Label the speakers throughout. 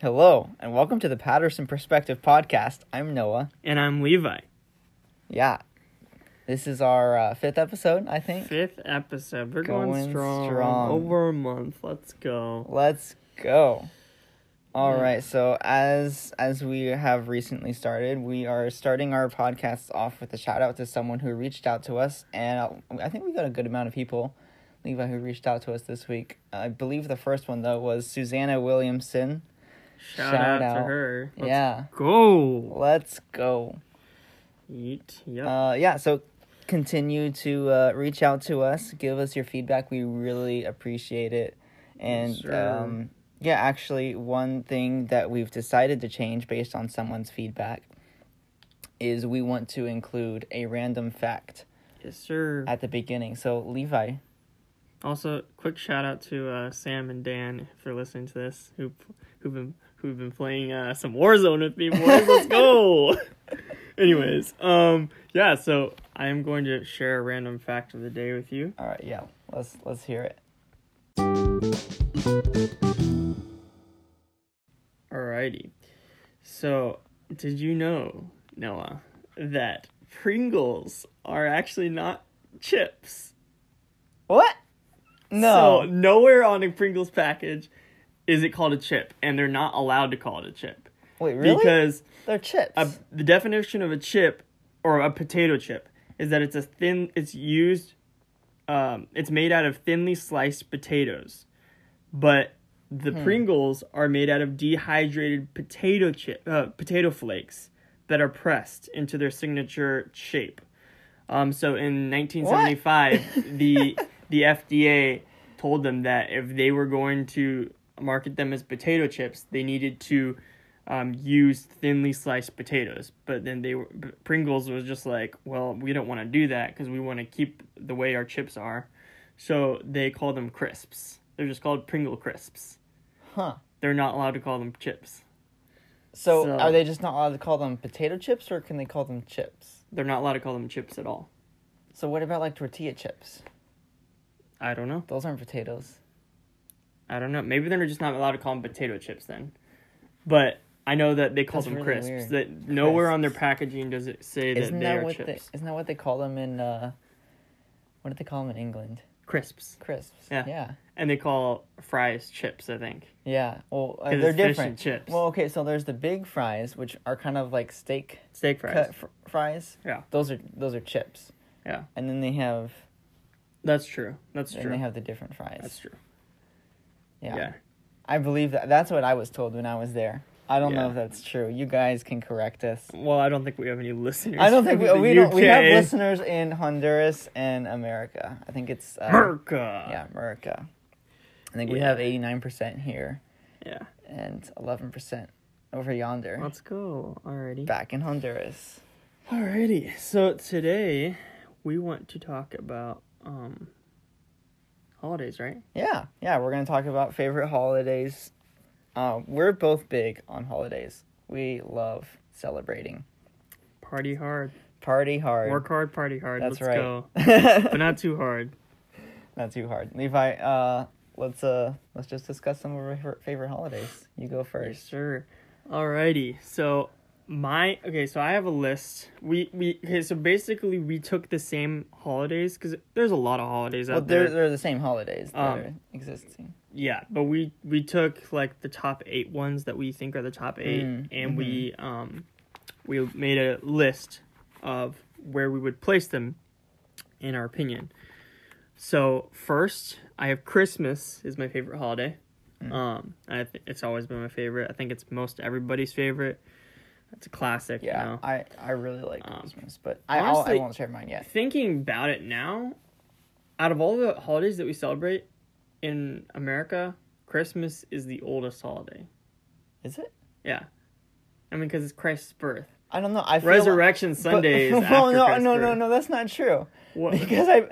Speaker 1: Hello, and welcome to the Patterson Perspective Podcast. I'm Noah.
Speaker 2: And I'm Levi.
Speaker 1: Yeah. This is our uh, fifth episode, I think.
Speaker 2: Fifth episode. We're going,
Speaker 1: Going
Speaker 2: strong.
Speaker 1: strong.
Speaker 2: Over a month. Let's go.
Speaker 1: Let's go. All
Speaker 2: Yeah.
Speaker 1: right. So as as we have recently started, we are starting our podcasts off with a shout out to someone who reached out to us, and I- I think we got a good amount of people, Levi, who reached out to us this week. I believe the first one though was Susanna Williamson.
Speaker 2: Shout,
Speaker 1: Shout
Speaker 2: out, to
Speaker 1: out.
Speaker 2: her. Let's
Speaker 1: yeah.
Speaker 2: Go.
Speaker 1: Let's go.
Speaker 2: Yeet. Yep.
Speaker 1: Uh, yeah, so continue to uh, reach out to us, give us your feedback. We really appreciate it. And
Speaker 2: Sure.
Speaker 1: um, yeah, actually, one thing that we've decided to change based on someone's feedback is we want to include a random fact
Speaker 2: yes, sir.
Speaker 1: at the beginning. So, Levi,
Speaker 2: also, quick shout out to uh, Sam and Dan if they're listening to this, who who've been who've been playing uh, some Warzone with me. Boys, let's go. Anyways, um, yeah. So I am going to share a random fact of the day with you.
Speaker 1: all right, yeah, let's let's hear it.
Speaker 2: Alrighty. So, did you know, Noah, that Pringles are actually not chips?
Speaker 1: What?
Speaker 2: So,
Speaker 1: No.
Speaker 2: nowhere on a Pringles package is it called a chip, and they're not allowed to call it a chip.
Speaker 1: Wait, really?
Speaker 2: Because
Speaker 1: They're chips.
Speaker 2: a, the definition of a chip or a potato chip is that it's a thin, it's used, um, it's made out of thinly sliced potatoes. But the Pringles are made out of dehydrated potato chip, uh, potato flakes that are pressed into their signature shape. Um, so in 1975, the the FDA told them that if they were going to market them as potato chips, they needed to um, use thinly sliced potatoes. But then they were, Pringles was just like, well, we don't want to do that because we want to keep the way our chips are. So they call them crisps. They're just called Pringle crisps.
Speaker 1: huh.
Speaker 2: They're not allowed to call them chips.
Speaker 1: So,
Speaker 2: so-
Speaker 1: are they just not allowed to call them potato chips, or can they call them chips?
Speaker 2: They're not allowed to call them chips at all.
Speaker 1: So, what about like tortilla chips?
Speaker 2: I don't know.
Speaker 1: Those aren't potatoes.
Speaker 2: I don't know. Maybe they're just not allowed to call them potato chips then. But I know that they call
Speaker 1: That's
Speaker 2: them
Speaker 1: really weird.
Speaker 2: crisps. That nowhere on their packaging does it say that
Speaker 1: Isn't
Speaker 2: they
Speaker 1: that
Speaker 2: are
Speaker 1: what
Speaker 2: chips.
Speaker 1: they, isn't that what they call them in uh, what did they call them in England?
Speaker 2: Crisps.
Speaker 1: Crisps.
Speaker 2: Yeah.
Speaker 1: Yeah.
Speaker 2: And they call fries chips, I think.
Speaker 1: Yeah. Well, uh,
Speaker 2: 'Cause
Speaker 1: they're
Speaker 2: it's fish and
Speaker 1: different.
Speaker 2: chips.
Speaker 1: Well, okay. So there's the big fries, which are kind of like steak
Speaker 2: Steak fries.
Speaker 1: cut fr- fries.
Speaker 2: Yeah.
Speaker 1: Those are those are chips,
Speaker 2: Yeah.
Speaker 1: and then they have
Speaker 2: That's true. That's
Speaker 1: then
Speaker 2: true.
Speaker 1: they have the different fries.
Speaker 2: That's true.
Speaker 1: yeah.
Speaker 2: yeah.
Speaker 1: I believe that. That's what I was told when I was there. I don't know
Speaker 2: Yeah.
Speaker 1: if that's true. You guys can correct us.
Speaker 2: Well, I don't think we have any listeners.
Speaker 1: I don't think we,
Speaker 2: from the
Speaker 1: we don't. We have
Speaker 2: UK.
Speaker 1: listeners in Honduras and America. I think it's uh,
Speaker 2: America.
Speaker 1: Yeah, America. I think we have
Speaker 2: Yeah.
Speaker 1: 89% here
Speaker 2: Yeah.
Speaker 1: and 11% over yonder
Speaker 2: Let's go. Alrighty.
Speaker 1: back in Honduras.
Speaker 2: Alrighty. So today we want to talk about um holidays, right?
Speaker 1: Yeah, yeah, we're going to talk about favorite holidays. Uh, we're both big on holidays. We love celebrating.
Speaker 2: Party hard.
Speaker 1: Party hard.
Speaker 2: Work hard, party hard.
Speaker 1: That's
Speaker 2: Let's
Speaker 1: right.
Speaker 2: go. but not too hard.
Speaker 1: Not too hard. Levi, uh, let's uh, let's just discuss some of our favorite- favorite holidays. You go
Speaker 2: Yes,
Speaker 1: first.
Speaker 2: sir. Alrighty. So my okay, so I have a list. We we okay, so basically we took the same holidays because there's a lot of holidays out
Speaker 1: Well,
Speaker 2: there.
Speaker 1: they're, they're the same holidays that
Speaker 2: Um,
Speaker 1: are existing.
Speaker 2: Yeah, but we we took like the top eight ones that we think are the top eight,
Speaker 1: Mm,
Speaker 2: and we um we made a list of where we would place them in our opinion. So first, I have Christmas is my favorite holiday.
Speaker 1: Mm.
Speaker 2: Um, I th- it's always been my favorite. I think it's most everybody's favorite. It's a classic.
Speaker 1: Yeah,
Speaker 2: You know?
Speaker 1: I, I really like
Speaker 2: Um,
Speaker 1: Christmas, but I, I'll, I
Speaker 2: honestly-
Speaker 1: won't share mine yet.
Speaker 2: thinking about it now, out of all the holidays that we celebrate in America, Christmas is the oldest holiday.
Speaker 1: Is it?
Speaker 2: Yeah. I mean, because it's Christ's birth.
Speaker 1: I don't know. I feel
Speaker 2: Resurrection
Speaker 1: but-
Speaker 2: Sunday is
Speaker 1: well,
Speaker 2: after
Speaker 1: no,
Speaker 2: Christ's
Speaker 1: no, no,
Speaker 2: birth.
Speaker 1: no. That's not true.
Speaker 2: What-
Speaker 1: Because I,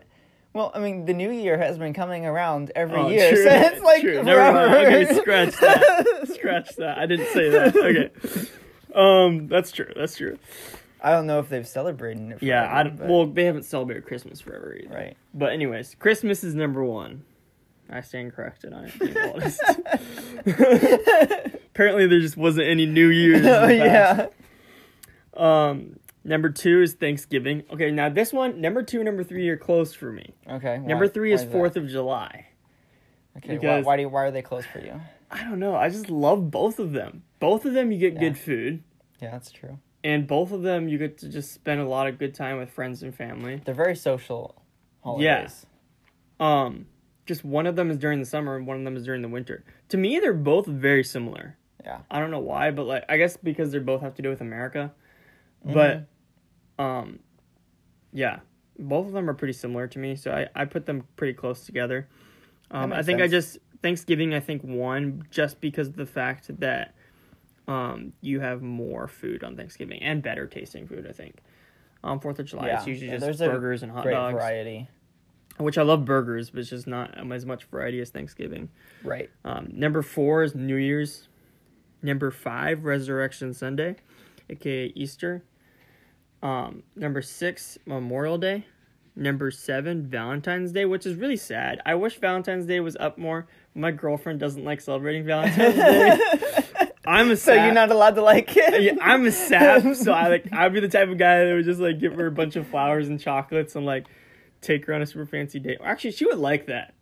Speaker 1: well, I mean, the new year has been coming around every
Speaker 2: Oh,
Speaker 1: year
Speaker 2: true,
Speaker 1: since like
Speaker 2: true. Never
Speaker 1: forever.
Speaker 2: mind. Okay, scratch that. Scratch that. I didn't say that. Okay. Um, that's true. That's true. Um,
Speaker 1: I don't know if they've celebrated it.
Speaker 2: Yeah.
Speaker 1: forever,
Speaker 2: I don't,
Speaker 1: but-
Speaker 2: well, they haven't celebrated Christmas forever either.
Speaker 1: right.
Speaker 2: But anyways, Christmas is number one. I stand corrected on it. Being oldest. Apparently, there just wasn't any New Year's. in the
Speaker 1: oh,
Speaker 2: past.
Speaker 1: yeah.
Speaker 2: Um, number two is Thanksgiving. Okay, now this one, number two, number three are close for me.
Speaker 1: Okay. why-
Speaker 2: Number three is
Speaker 1: why that?
Speaker 2: Fourth of July.
Speaker 1: Okay. why-
Speaker 2: because-
Speaker 1: why, do you, why are they closed for you?
Speaker 2: I don't know. I just love both of them. Both of them, you get good food,
Speaker 1: Yeah, that's true.
Speaker 2: and both of them, you get to just spend a lot of good time with friends and family.
Speaker 1: They're very social holidays.
Speaker 2: Um, just one of them is during the summer, and one of them is during the winter. To me, they're both very similar.
Speaker 1: Yeah.
Speaker 2: I don't know why, but like, I guess because they both have to do with America. But,
Speaker 1: Mm-hmm.
Speaker 2: um, yeah, both of them are pretty similar to me, so I I put them pretty close together. Um, I
Speaker 1: makes
Speaker 2: think I
Speaker 1: sense.
Speaker 2: just Thanksgiving. I think won just because of the fact that, um, you have more food on Thanksgiving and better tasting food. I think. On Fourth of July,
Speaker 1: Yeah,
Speaker 2: it's usually
Speaker 1: yeah,
Speaker 2: just
Speaker 1: there's a
Speaker 2: burgers and hot
Speaker 1: Great
Speaker 2: dogs
Speaker 1: variety.
Speaker 2: which I love burgers, but it's just not um, as much variety as Thanksgiving.
Speaker 1: Right.
Speaker 2: Um, number four is New Year's. Number five, Resurrection Sunday, aka Easter. Um, number six, Memorial Day. Number seven, Valentine's Day, which is really sad. I wish Valentine's Day was up more. My girlfriend doesn't like celebrating Valentine's Day. I'm a
Speaker 1: So
Speaker 2: sad.
Speaker 1: you're not allowed to like it.
Speaker 2: Yeah, I'm a sap, so I like I'd be the type of guy that would just like give her a bunch of flowers and chocolates and like take her on a super fancy date. Actually, she would like that,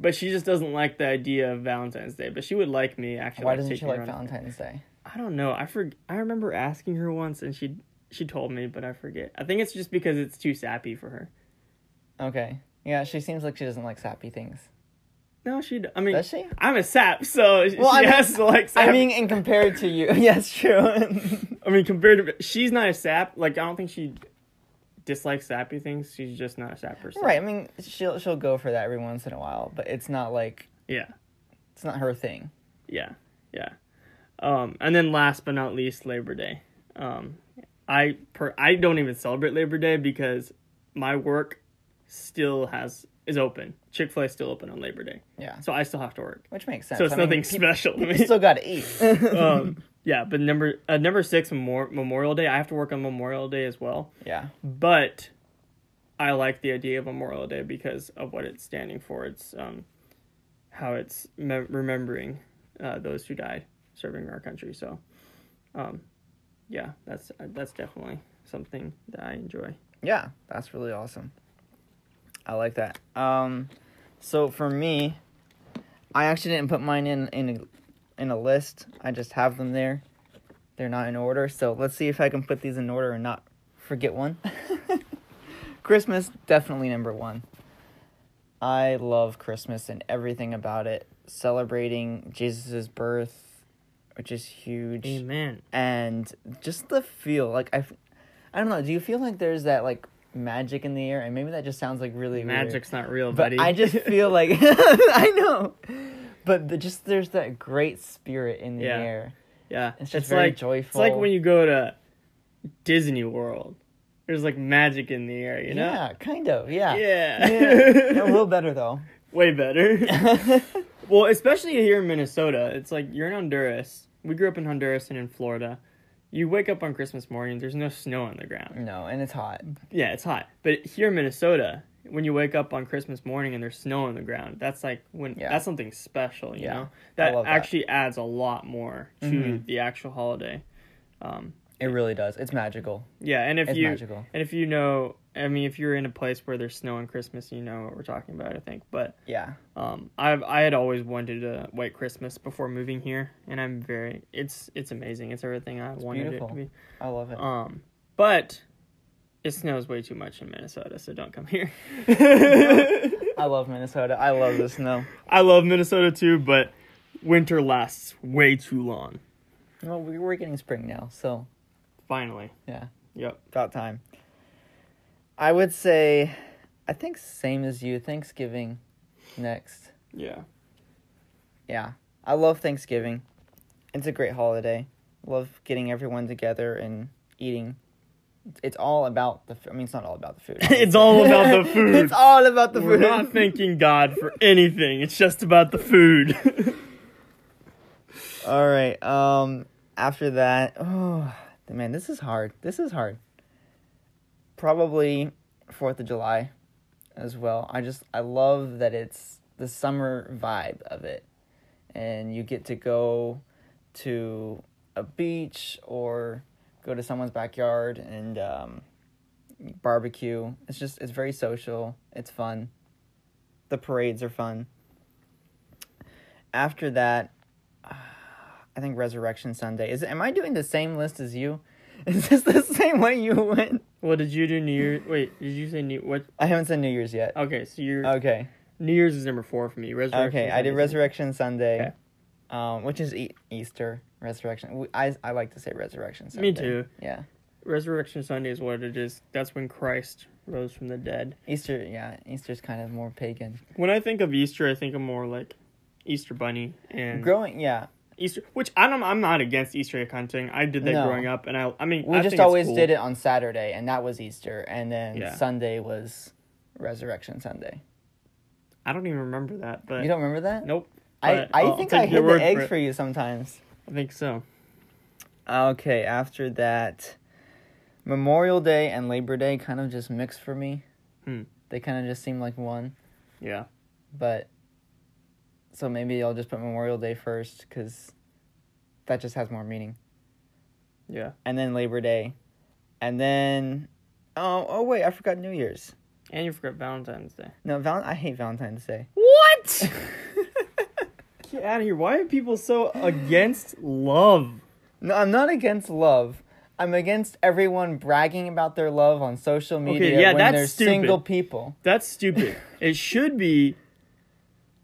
Speaker 2: but she just doesn't like the idea of Valentine's Day. But she would like me actually.
Speaker 1: Why doesn't she
Speaker 2: taking her
Speaker 1: like
Speaker 2: on-
Speaker 1: Valentine's Day?
Speaker 2: I don't know. I for, I remember asking her once, and she she told me, but I forget. I think it's just because it's too sappy for her.
Speaker 1: Okay. Yeah, she seems like she doesn't like sappy things.
Speaker 2: No, she. d- I mean,
Speaker 1: Does she?
Speaker 2: I'm a sap, so she
Speaker 1: Well, I mean-
Speaker 2: has to like. Sap.
Speaker 1: I mean, and compared to you, yes, true.
Speaker 2: I mean, compared to she's not a sap. Like, I don't think she dislikes sappy things. She's just not a sap person.
Speaker 1: right. I mean, she'll she'll go for that every once in a while, but it's not like
Speaker 2: Yeah.
Speaker 1: it's not her thing.
Speaker 2: Yeah. Yeah. Um, and then last but not least, Labor Day. Um, I per I don't even celebrate Labor Day because my work still has is open. Chick Fil A is still open on Labor Day,
Speaker 1: Yeah,
Speaker 2: so I still have to work.
Speaker 1: which makes sense.
Speaker 2: So it's
Speaker 1: I mean,
Speaker 2: nothing
Speaker 1: peop-
Speaker 2: special to me.
Speaker 1: You still got to eat.
Speaker 2: um, yeah, but number uh, number six, Memor- Memorial Day. I have to work on Memorial Day as well.
Speaker 1: yeah,
Speaker 2: but I like the idea of Memorial Day because of what it's standing for. It's um, how it's me- remembering uh, those who died serving our country. So, um, yeah, that's that's definitely something that I enjoy.
Speaker 1: yeah, that's really awesome. I like that. Um, so for me, I actually didn't put mine in in a, in a list. I just have them there. They're not in order. So let's see if I can put these in order and not forget one. Christmas definitely number one. I love Christmas and everything about it. Celebrating Jesus' birth, which is huge.
Speaker 2: Amen.
Speaker 1: and just the feel like i f- i don't know do you feel like there's that like magic in the air and maybe that just sounds like really weird,
Speaker 2: Magic's not real,
Speaker 1: but
Speaker 2: buddy.
Speaker 1: i just feel like i know but the, just there's that great spirit in the
Speaker 2: Yeah.
Speaker 1: air
Speaker 2: yeah,
Speaker 1: it's just very
Speaker 2: like, It's
Speaker 1: joyful.
Speaker 2: like when you go to Disney World. There's like magic in the air, you know.
Speaker 1: yeah kind of yeah
Speaker 2: Yeah.
Speaker 1: a little better though
Speaker 2: Way better. Well, especially here in Minnesota, it's like you're in Honduras. We grew up in Honduras and in Florida. You wake up on Christmas morning, there's no snow on the ground.
Speaker 1: no and it's hot
Speaker 2: Yeah, it's hot. But here in Minnesota, when you wake up on Christmas morning and there's snow on the ground, that's like when
Speaker 1: Yeah.
Speaker 2: that's something special, you
Speaker 1: Yeah.
Speaker 2: know?
Speaker 1: I
Speaker 2: That
Speaker 1: love that. Mm-hmm.
Speaker 2: actually adds a lot more to the actual holiday. Um,
Speaker 1: it really does it's magical
Speaker 2: yeah, and if
Speaker 1: it's
Speaker 2: you
Speaker 1: magical
Speaker 2: and if you know, I mean, if you're in a place where there's snow on Christmas, you know what we're talking about, I think. But
Speaker 1: yeah
Speaker 2: um, I've I had always wanted a white Christmas before moving here, and I'm very it's it's amazing. It's everything I wanted it to
Speaker 1: beautiful.
Speaker 2: be.
Speaker 1: i love it
Speaker 2: Um, but it snows way too much in Minnesota, so don't come here.
Speaker 1: i love minnesota i love the snow
Speaker 2: I love Minnesota too, but winter lasts way too long.
Speaker 1: well we- we're getting spring now so
Speaker 2: Finally,
Speaker 1: yeah
Speaker 2: yep.
Speaker 1: about time. I would say, I think same as you. Thanksgiving, next.
Speaker 2: Yeah,
Speaker 1: Yeah, I love Thanksgiving. It's a great holiday. Love getting everyone together and eating. It's all about the. f- I mean, it's not all about the food.
Speaker 2: it's all about the food.
Speaker 1: it's all about the
Speaker 2: We're
Speaker 1: food.
Speaker 2: not thanking God for anything. It's just about the food.
Speaker 1: all right. Um. After that, oh man, this is hard. This is hard. Probably Fourth of July, as well. I just I love that it's the summer vibe of it. And you get to go to a beach or go to someone's backyard and um, barbecue. It's just, it's very social. It's fun. The parades are fun. After that, uh, I think Resurrection Sunday. Is am I doing the same list as you? Is this the same way you went?
Speaker 2: What did you do New Year? Wait, did you say New? What?
Speaker 1: I haven't said New Year's yet.
Speaker 2: Okay, so your
Speaker 1: Okay.
Speaker 2: New Year's is number four for me. Resurrection.
Speaker 1: Uh, Okay, I did
Speaker 2: Sunday's-
Speaker 1: Resurrection Sunday,
Speaker 2: Okay.
Speaker 1: um, which is e- Easter Resurrection. W- I I like to say Resurrection Sunday.
Speaker 2: Me too.
Speaker 1: Yeah,
Speaker 2: Resurrection Sunday is what it is. That's when Christ rose from the dead.
Speaker 1: Easter. Yeah, Easter's kind of more pagan.
Speaker 2: When I think of Easter, I think of more like Easter Bunny and
Speaker 1: Growing, yeah,
Speaker 2: Easter, which Hmm. I don't. I'm not against Easter egg hunting. I did that
Speaker 1: No.
Speaker 2: growing up, and I. I mean,
Speaker 1: we
Speaker 2: I
Speaker 1: just
Speaker 2: think it's
Speaker 1: always
Speaker 2: cool.
Speaker 1: did it on Saturday, and that was Easter, and then
Speaker 2: Yeah.
Speaker 1: Sunday was Resurrection Sunday.
Speaker 2: I don't even remember that, but
Speaker 1: You don't remember that?
Speaker 2: nope.
Speaker 1: I
Speaker 2: but
Speaker 1: I
Speaker 2: I'll
Speaker 1: think
Speaker 2: take
Speaker 1: I
Speaker 2: your
Speaker 1: hid
Speaker 2: word
Speaker 1: the
Speaker 2: for
Speaker 1: eggs
Speaker 2: it.
Speaker 1: for you sometimes.
Speaker 2: I think so.
Speaker 1: Okay, after that, Memorial Day and Labor Day kind of just mixed for me.
Speaker 2: Hmm.
Speaker 1: They kind of just seem like one.
Speaker 2: Yeah.
Speaker 1: but so maybe I'll just put Memorial Day first because that just has more meaning,
Speaker 2: Yeah.
Speaker 1: and then Labor Day, and then oh oh wait, I forgot New Year's.
Speaker 2: And you forgot Valentine's Day.
Speaker 1: No, Val- I hate Valentine's Day.
Speaker 2: What? Get out of here. Why are people so against love?
Speaker 1: No, I'm not against love. I'm against everyone bragging about their love on social media
Speaker 2: yeah,
Speaker 1: when
Speaker 2: that's
Speaker 1: they're
Speaker 2: stupid.
Speaker 1: single people.
Speaker 2: That's stupid. it should be.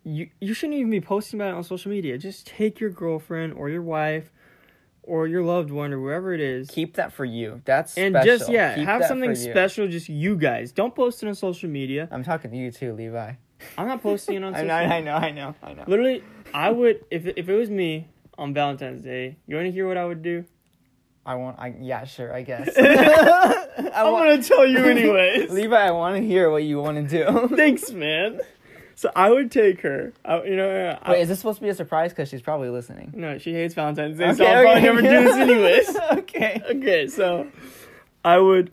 Speaker 2: You you shouldn't even be posting about it on social media. Just take your girlfriend or your wife, or your loved one or whoever it is,
Speaker 1: Keep that for you. That's
Speaker 2: and
Speaker 1: special.
Speaker 2: just yeah,
Speaker 1: Keep
Speaker 2: have
Speaker 1: that
Speaker 2: something
Speaker 1: for you.
Speaker 2: special. Just you guys. Don't post it on social media.
Speaker 1: I'm talking to you too, Levi.
Speaker 2: I'm not posting it on
Speaker 1: I
Speaker 2: social.
Speaker 1: know,
Speaker 2: media.
Speaker 1: I know, I know, I know.
Speaker 2: Literally, I would if if it was me on Valentine's Day. You want to hear what I would do?
Speaker 1: I want. I yeah, sure. I guess. I
Speaker 2: I'm
Speaker 1: wa-
Speaker 2: gonna tell you anyways.
Speaker 1: Levi, I want to hear what you want to do.
Speaker 2: Thanks, man. So I would take her. I, you know, I,
Speaker 1: Wait, is this supposed to be a surprise? Because she's probably listening.
Speaker 2: no, she hates Valentine's Day, so I'll probably never do this anyways.
Speaker 1: okay.
Speaker 2: okay, so I would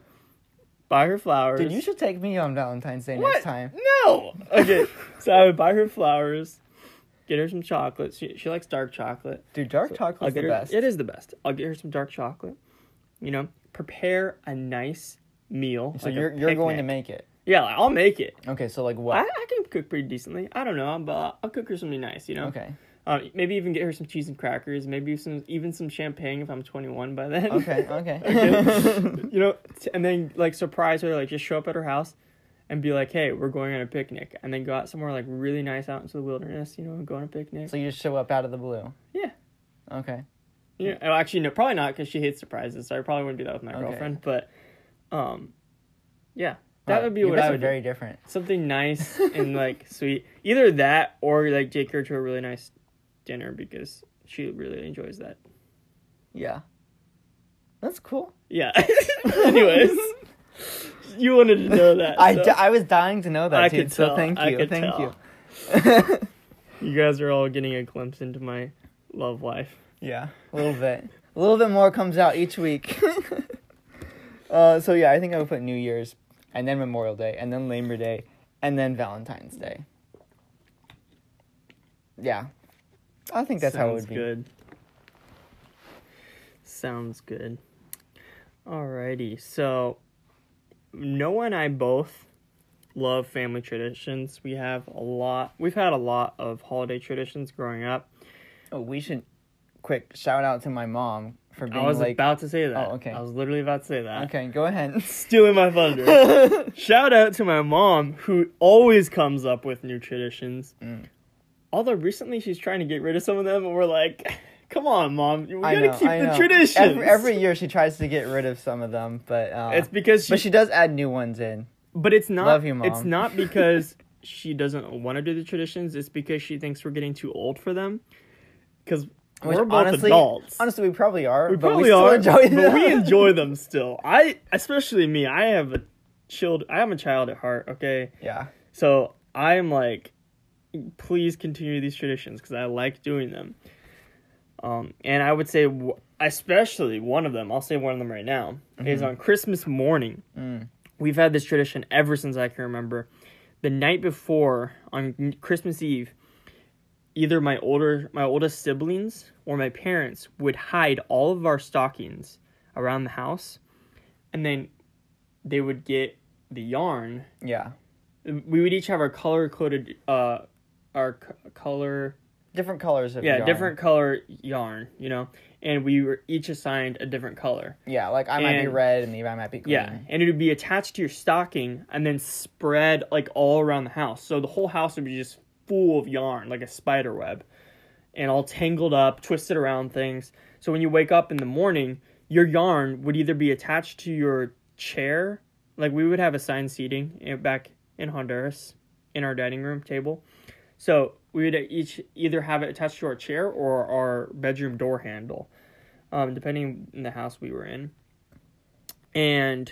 Speaker 2: buy her flowers.
Speaker 1: Dude, you should take me on Valentine's Day
Speaker 2: What?
Speaker 1: next time.
Speaker 2: No. Okay, so I would buy her flowers, get her some chocolate. She she likes dark chocolate.
Speaker 1: Dude, dark chocolate's the
Speaker 2: her,
Speaker 1: best.
Speaker 2: It is the best. I'll get her some dark chocolate. You know, prepare a nice meal.
Speaker 1: So
Speaker 2: like a
Speaker 1: you're you're going to
Speaker 2: picnic.
Speaker 1: make it.
Speaker 2: Yeah, like, I'll make it.
Speaker 1: Okay, so like
Speaker 2: I,
Speaker 1: what?
Speaker 2: I can cook pretty decently. I don't know, but I'll cook her something nice. You know.
Speaker 1: Okay.
Speaker 2: Uh, maybe even get her some cheese and crackers. Maybe some even some champagne if I'm 21 by then.
Speaker 1: Okay. Okay.
Speaker 2: Okay? you know, t- and then like surprise her, like just show up at her house, and be like, "Hey, we're going on a picnic," and then go out somewhere like really nice out into the wilderness. You know, and go on a picnic.
Speaker 1: so you just show up out of the blue.
Speaker 2: Yeah.
Speaker 1: Okay.
Speaker 2: Yeah. oh, actually, no, probably not because she hates surprises, so I probably wouldn't do that with my
Speaker 1: Okay.
Speaker 2: girlfriend. But, um, yeah, that
Speaker 1: Wow,
Speaker 2: would be
Speaker 1: you
Speaker 2: what
Speaker 1: guys
Speaker 2: I
Speaker 1: are
Speaker 2: would do.
Speaker 1: very different.
Speaker 2: Something nice and like sweet. Either that or like take her to a really nice dinner because she really enjoys that.
Speaker 1: Yeah. That's cool.
Speaker 2: Yeah. Anyways, you wanted to know that.
Speaker 1: I,
Speaker 2: so
Speaker 1: di- I was dying to know that,
Speaker 2: I
Speaker 1: dude.
Speaker 2: could
Speaker 1: so
Speaker 2: tell.
Speaker 1: thank you.
Speaker 2: I could
Speaker 1: thank
Speaker 2: tell.
Speaker 1: you.
Speaker 2: you guys are all getting a glimpse into my love life.
Speaker 1: Yeah, a little bit. A little bit more comes out each week. uh, so yeah, I think I would put New Year's, and then Memorial Day, and then Labor Day, and then Valentine's Day. Yeah, I think that's how it
Speaker 2: Sounds
Speaker 1: would be.
Speaker 2: good. Sounds good. Alrighty, so Noah and I both love family traditions. We have a lot. We've had a lot of holiday traditions growing up.
Speaker 1: Oh, we should quick shout out to my mom for being
Speaker 2: I was
Speaker 1: like.
Speaker 2: about to say that.
Speaker 1: Oh, okay.
Speaker 2: I was literally about to say that.
Speaker 1: okay, go ahead.
Speaker 2: stealing my thunder. Shout out to my mom who always comes up with new traditions.
Speaker 1: Mm.
Speaker 2: Although recently she's trying to get rid of some of them, and we're like, "Come on, mom, we
Speaker 1: I
Speaker 2: gotta
Speaker 1: know,
Speaker 2: keep
Speaker 1: I
Speaker 2: the
Speaker 1: know.
Speaker 2: traditions."
Speaker 1: Every, every year she tries to get rid of some of them, but uh,
Speaker 2: it's because she,
Speaker 1: but she does add new ones in.
Speaker 2: but it's not.
Speaker 1: Love you, Mom.
Speaker 2: It's not because she doesn't want to do the traditions. It's because she thinks we're getting too old for them. Because
Speaker 1: Which
Speaker 2: we're both
Speaker 1: honestly,
Speaker 2: adults.
Speaker 1: Honestly, we probably are.
Speaker 2: we
Speaker 1: but
Speaker 2: probably
Speaker 1: we still
Speaker 2: are,
Speaker 1: Enjoy
Speaker 2: but
Speaker 1: them.
Speaker 2: we enjoy them still. I, especially me, I have a child. I am a child at heart. Okay.
Speaker 1: Yeah.
Speaker 2: So I'm like, please continue these traditions because I like doing them. Um, and I would say, w- especially one of them, I'll say one of them right now, is on Christmas morning.
Speaker 1: Mm.
Speaker 2: We've had this tradition ever since I can remember the night before on Christmas Eve, either my older my oldest siblings or my parents would hide all of our stockings around the house, and then they would get the yarn.
Speaker 1: Yeah.
Speaker 2: We would each have our color coded uh our c- color
Speaker 1: Different colors of
Speaker 2: yeah
Speaker 1: yarn.
Speaker 2: different color yarn you know and we were each assigned a different color
Speaker 1: Yeah, like I might be
Speaker 2: And-
Speaker 1: red and Levi might be green.
Speaker 2: yeah and it would be attached to your stocking and then spread like all around the house so the whole house would be just full of yarn like a spider web and all tangled up twisted around things so when you wake up in the morning your yarn would either be attached to your chair like we would have assigned seating in- back in honduras in our dining room table so we would each either have it attached to our chair or our bedroom door handle, um, depending on the house we were in. And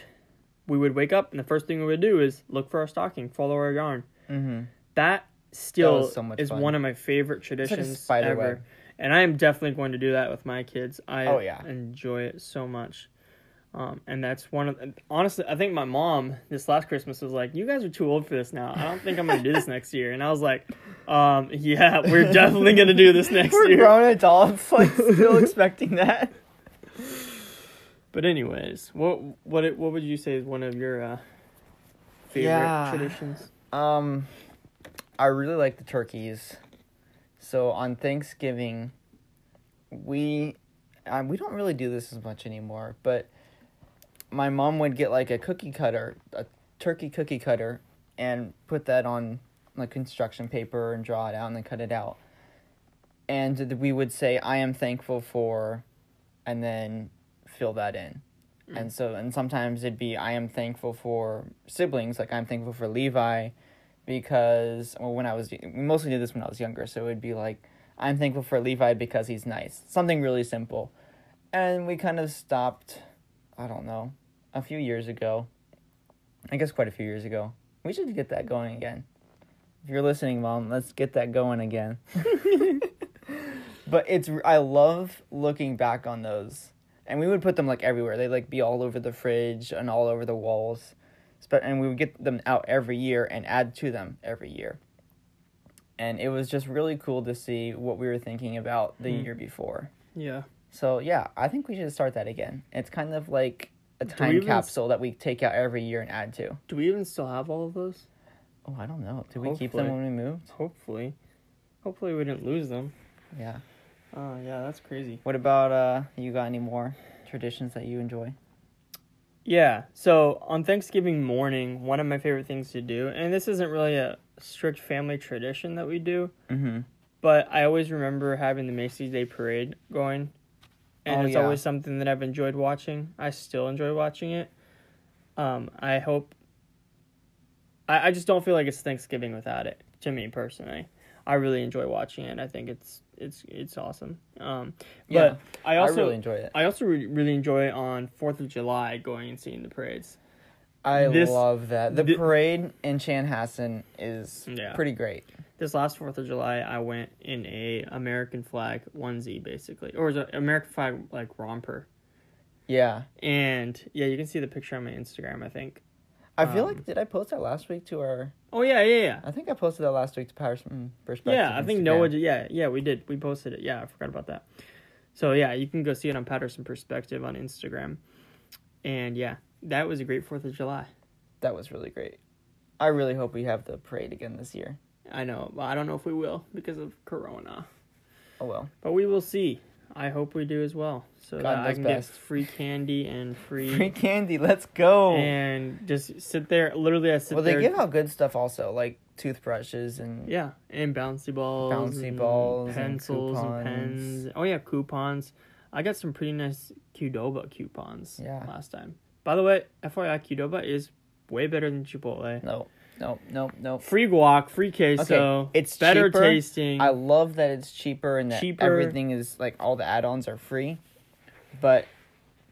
Speaker 2: we would wake up, and the first thing we would do is look for our stocking, follow our yarn.
Speaker 1: Mm-hmm.
Speaker 2: That still
Speaker 1: was so much
Speaker 2: is
Speaker 1: fun.
Speaker 2: one of my favorite traditions
Speaker 1: spider
Speaker 2: ever.
Speaker 1: web.
Speaker 2: And I am definitely going to do that with my kids. I
Speaker 1: Oh, yeah.
Speaker 2: enjoy it so much. Um, and that's one of honestly, I think my mom this last Christmas was like, "You guys are too old for this now. I don't think I'm gonna do this next year." And I was like, um, "Yeah, we're definitely gonna do this next
Speaker 1: We're
Speaker 2: year."
Speaker 1: grown adults, like still expecting that.
Speaker 2: But anyways, what what it- what would you say is one of your uh, favorite
Speaker 1: Yeah.
Speaker 2: traditions?
Speaker 1: Um, I really like the turkeys. So on Thanksgiving, we, um, we don't really do this as much anymore. But my mom would get like a cookie cutter, a turkey cookie cutter, and put that on like construction paper and draw it out and then cut it out. And th- we would say, "I am thankful for," and then fill that in. And so, and sometimes it'd be, "I am thankful for siblings," like I'm thankful for Levi because well, when I was we mostly did this when I was younger, so it would be like I'm thankful for Levi because he's nice, something really simple, and we kind of stopped. I don't know, a few years ago, I guess quite a few years ago. We should get that going again. If you're listening, mom, let's get that going again. but it's I love looking back on those, and we would put them like everywhere. They like be all over the fridge and all over the walls spe- and we would get them out every year and add to them every year. And it was just really cool to see what we were thinking about the year before.
Speaker 2: Yeah.
Speaker 1: So yeah, I think we should start that again. It's kind of like a
Speaker 2: we
Speaker 1: time
Speaker 2: even s-
Speaker 1: capsule that we take out every year and add to.
Speaker 2: Do we even still have all of those?
Speaker 1: Oh, I don't know. Did we keep them
Speaker 2: Hopefully.
Speaker 1: when we moved?
Speaker 2: Hopefully, hopefully we didn't lose them.
Speaker 1: Yeah.
Speaker 2: Oh yeah, that's crazy.
Speaker 1: What about uh you got any more traditions that you enjoy?
Speaker 2: Yeah. So on Thanksgiving morning, one of my favorite things to do, and this isn't really a strict family tradition that we do,
Speaker 1: Mhm.
Speaker 2: but I always remember having the Macy's Day Parade going. And
Speaker 1: Oh,
Speaker 2: it's
Speaker 1: yeah.
Speaker 2: always something that I've enjoyed watching. I still enjoy watching it. Um, I hope. I, I just don't feel like it's Thanksgiving without it. To me personally, I really enjoy watching it. I think it's it's it's awesome. Um,
Speaker 1: Yeah.
Speaker 2: but I
Speaker 1: I,
Speaker 2: also
Speaker 1: really enjoy it.
Speaker 2: I also re- really enjoy on Fourth of July going and seeing the parades.
Speaker 1: I
Speaker 2: this-
Speaker 1: love that. The
Speaker 2: thi-
Speaker 1: parade in Chanhassen is
Speaker 2: Yeah.
Speaker 1: pretty great.
Speaker 2: This last Fourth of July, I went in a American flag onesie, basically, or is it American flag like romper?
Speaker 1: Yeah.
Speaker 2: And yeah, you can see the picture on my Instagram, I think.
Speaker 1: I feel
Speaker 2: Um,
Speaker 1: like did I post that last week to our
Speaker 2: Oh yeah, yeah, yeah,
Speaker 1: I think I posted that last week to mm, Powers from Perspective.
Speaker 2: yeah. I think
Speaker 1: Instagram.
Speaker 2: Noah. Did, yeah, yeah, we did. We posted it. Yeah, I forgot about that. So yeah, you can go see it on Patterson Perspective on Instagram. And yeah, that was a great Fourth of July.
Speaker 1: that was really great. I really hope we have the parade again this year.
Speaker 2: I know, but I don't know if we will because of Corona.
Speaker 1: Oh well,
Speaker 2: But we will see. I hope we do as well. So
Speaker 1: God
Speaker 2: that I
Speaker 1: knows
Speaker 2: can
Speaker 1: best.
Speaker 2: get free candy and free,
Speaker 1: free candy, let's go.
Speaker 2: and just sit there. Literally, I sit
Speaker 1: well, they
Speaker 2: there.
Speaker 1: give out good stuff also, like toothbrushes and
Speaker 2: yeah, and bouncy balls,
Speaker 1: Bouncy
Speaker 2: and
Speaker 1: balls and
Speaker 2: pencils, and,
Speaker 1: coupons.
Speaker 2: pens. Oh yeah, coupons. I got some pretty nice Qdoba coupons
Speaker 1: Yeah.
Speaker 2: last time. By the way, FYI, Qdoba is way better than Chipotle.
Speaker 1: no, no, no, no.
Speaker 2: Free guac, free queso.
Speaker 1: Okay, it's
Speaker 2: better
Speaker 1: cheaper.
Speaker 2: tasting.
Speaker 1: I love that it's cheaper and that
Speaker 2: Cheaper.
Speaker 1: everything is like all the add-ons are free, but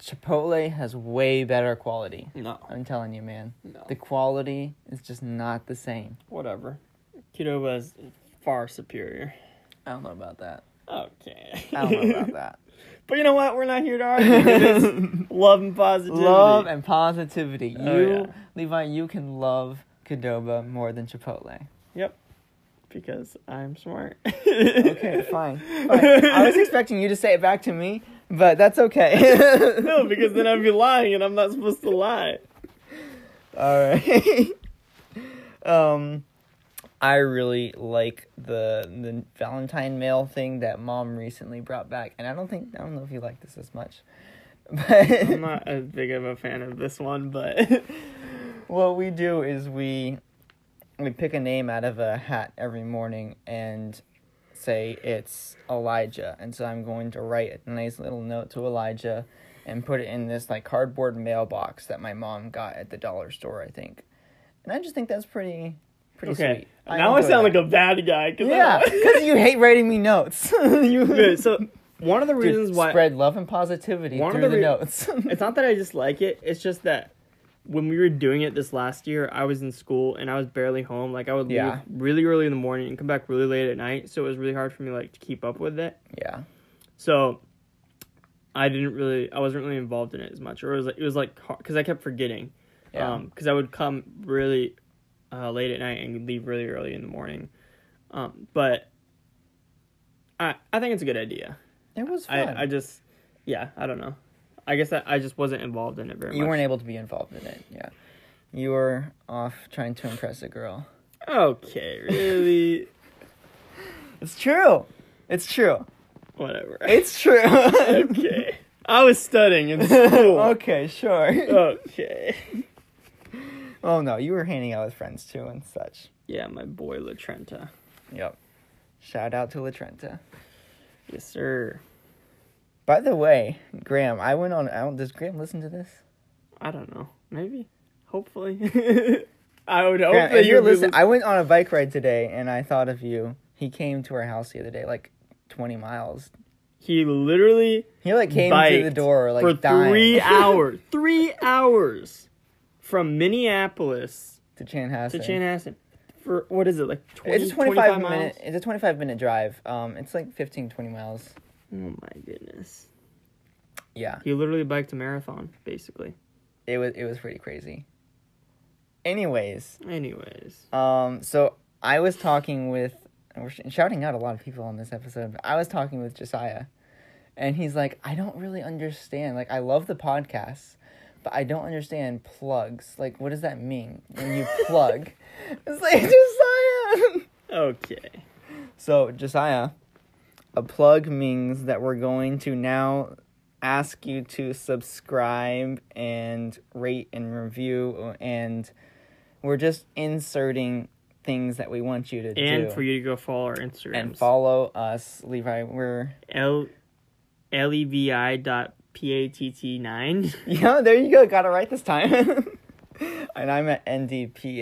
Speaker 1: Chipotle has way better quality.
Speaker 2: no,
Speaker 1: I'm telling you, man,
Speaker 2: no,
Speaker 1: the quality is just not the same.
Speaker 2: whatever. Qdoba is far superior.
Speaker 1: I don't know about that.
Speaker 2: Okay.
Speaker 1: I don't know about that.
Speaker 2: but you know what? We're not here to argue. It is love and positivity.
Speaker 1: love and positivity. You,
Speaker 2: Oh, yeah.
Speaker 1: Levi, you can love Cadoba more than Chipotle.
Speaker 2: Yep. Because I'm smart.
Speaker 1: Okay, fine. fine. I was expecting you to say it back to me, but that's okay.
Speaker 2: no, because then I'd be lying and I'm not supposed to lie.
Speaker 1: All right. um, I really like the the Valentine mail thing that mom recently brought back, and I don't think I don't know if you like this as much,
Speaker 2: I'm
Speaker 1: but
Speaker 2: not as big of a fan of this one, but
Speaker 1: what we do is we we pick a name out of a hat every morning and say it's Elijah, and so I'm going to write a nice little note to Elijah and put it in this like cardboard mailbox that my mom got at the dollar store, I think, and I just think that's pretty pretty
Speaker 2: okay.
Speaker 1: sweet.
Speaker 2: Now I
Speaker 1: enjoy
Speaker 2: sound
Speaker 1: that.
Speaker 2: like a bad guy. 'cause I
Speaker 1: Yeah,
Speaker 2: don't-
Speaker 1: because you hate writing me notes. you
Speaker 2: Good, so one of the
Speaker 1: Dude,
Speaker 2: reasons why
Speaker 1: spread love and positivity
Speaker 2: One of
Speaker 1: through
Speaker 2: the
Speaker 1: the,
Speaker 2: re-
Speaker 1: notes.
Speaker 2: it's not that I just like it. It's just that when we were doing it this last year, I was in school and I was barely home. Like I would
Speaker 1: Yeah.
Speaker 2: leave really early in the morning and come back really late at night, so it was really hard for me like to keep up with it.
Speaker 1: yeah,
Speaker 2: So I didn't really, I wasn't really involved in it as much, or it was like, it was like because I kept forgetting,
Speaker 1: Yeah.
Speaker 2: because I would come really uh, late at night and leave really early in the morning, um, but I I think it's a good idea.
Speaker 1: it was fun.
Speaker 2: I I just yeah I don't know. I guess I, I just wasn't involved in it very
Speaker 1: you
Speaker 2: much.
Speaker 1: weren't able to be involved in it. Yeah, you were off trying to impress a girl.
Speaker 2: okay, really,
Speaker 1: It's true. It's true.
Speaker 2: whatever.
Speaker 1: It's true.
Speaker 2: okay, I was studying in school.
Speaker 1: okay, sure.
Speaker 2: okay.
Speaker 1: Oh no, you were hanging out with friends too and such.
Speaker 2: Yeah, my boy Latrenta.
Speaker 1: Yep. Shout out to La Trenta.
Speaker 2: Yes, sir.
Speaker 1: By the way, Graham, I went on. I don't, does Graham listen to this?
Speaker 2: I don't know. Maybe. Hopefully. I would hope
Speaker 1: Grant,
Speaker 2: that
Speaker 1: if
Speaker 2: you're
Speaker 1: you're
Speaker 2: listening.
Speaker 1: listening, I went on a bike ride today and I thought of you. He came to our house the other day, like 20 miles.
Speaker 2: he literally
Speaker 1: He like came to the
Speaker 2: biked
Speaker 1: door like
Speaker 2: for
Speaker 1: dying
Speaker 2: three hours. Three hours from Minneapolis
Speaker 1: to Chanhassen.
Speaker 2: to Chanhassen. For what is it like? 20,
Speaker 1: it's a 25,
Speaker 2: 25 miles?
Speaker 1: minute. It's a 25 minute drive. Um, it's like 15, 20 miles.
Speaker 2: Oh my goodness!
Speaker 1: Yeah,
Speaker 2: He literally biked a marathon, basically.
Speaker 1: it was it was pretty crazy. Anyways,
Speaker 2: Anyways,
Speaker 1: um, so I was talking with. We're sh- shouting out a lot of people on this episode. But I was talking with Josiah, and he's like, I don't really understand. Like, I love the podcast, but I don't understand plugs. Like, what does that mean when you plug? It's like Josiah.
Speaker 2: okay.
Speaker 1: So, Josiah, a plug means that we're going to now ask you to subscribe and rate and review, and we're just inserting things that we want you to
Speaker 2: And
Speaker 1: do.
Speaker 2: for you to go follow our Instagram
Speaker 1: and follow us, Levi. We're
Speaker 2: L L E V I dot P A T T nine.
Speaker 1: yeah, there you go. Got it right this time. and I'm at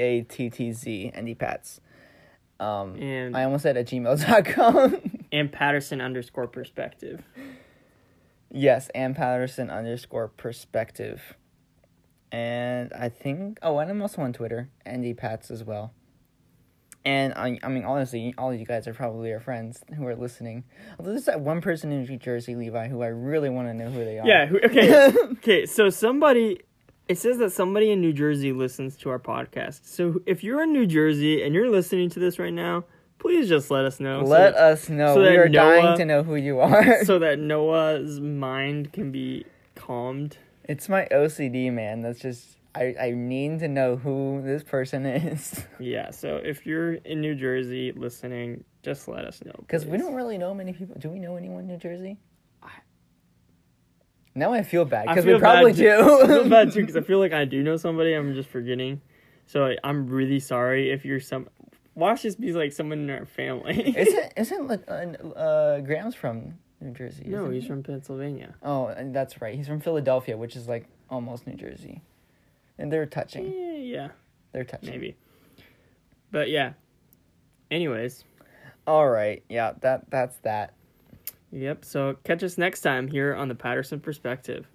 Speaker 1: ndpattz, ndpats. Um,
Speaker 2: And-
Speaker 1: I almost said at gmail.com.
Speaker 2: and Patterson underscore perspective.
Speaker 1: Yes, Ann Patterson underscore perspective. And I think oh, and I'm also on Twitter, Andy Pats as well. And I, I mean, honestly, all of you guys are probably our friends who are listening. Although there's that one person in New Jersey, Levi, who I really want to know who they are.
Speaker 2: Yeah. Who, okay. okay. So somebody, it says that somebody in New Jersey listens to our podcast. So if you're in New Jersey and you're listening to this right now, please just let us know. so
Speaker 1: Let
Speaker 2: that-
Speaker 1: us know.
Speaker 2: so
Speaker 1: we
Speaker 2: that
Speaker 1: are dying
Speaker 2: Noah-
Speaker 1: to know who you are.
Speaker 2: so that Noah's mind can be calmed.
Speaker 1: it's my OCD, man. That's just I, I need to know who this person is
Speaker 2: Yeah. So if you're in New Jersey listening, just let us know.
Speaker 1: because we
Speaker 2: please.
Speaker 1: don't really know many people. Do we know anyone in New Jersey? Now I feel bad
Speaker 2: I
Speaker 1: because we
Speaker 2: feel bad
Speaker 1: probably
Speaker 2: too- I feel
Speaker 1: do.
Speaker 2: bad too because I feel like I do know somebody. I'm just forgetting. So I- I'm really sorry if you're some. Why should this be like someone in our family?
Speaker 1: isn't isn't like uh, uh, Graham's from New Jersey?
Speaker 2: no,
Speaker 1: isn't
Speaker 2: he's
Speaker 1: he?
Speaker 2: from Pennsylvania.
Speaker 1: Oh, and that's right. He's from Philadelphia, which is like almost New Jersey, and they're touching.
Speaker 2: Eh, yeah,
Speaker 1: They're touching.
Speaker 2: maybe. But yeah. Anyways,
Speaker 1: All right. Yeah. That that's that.
Speaker 2: yep. So catch us next time here on the Patterson Perspective.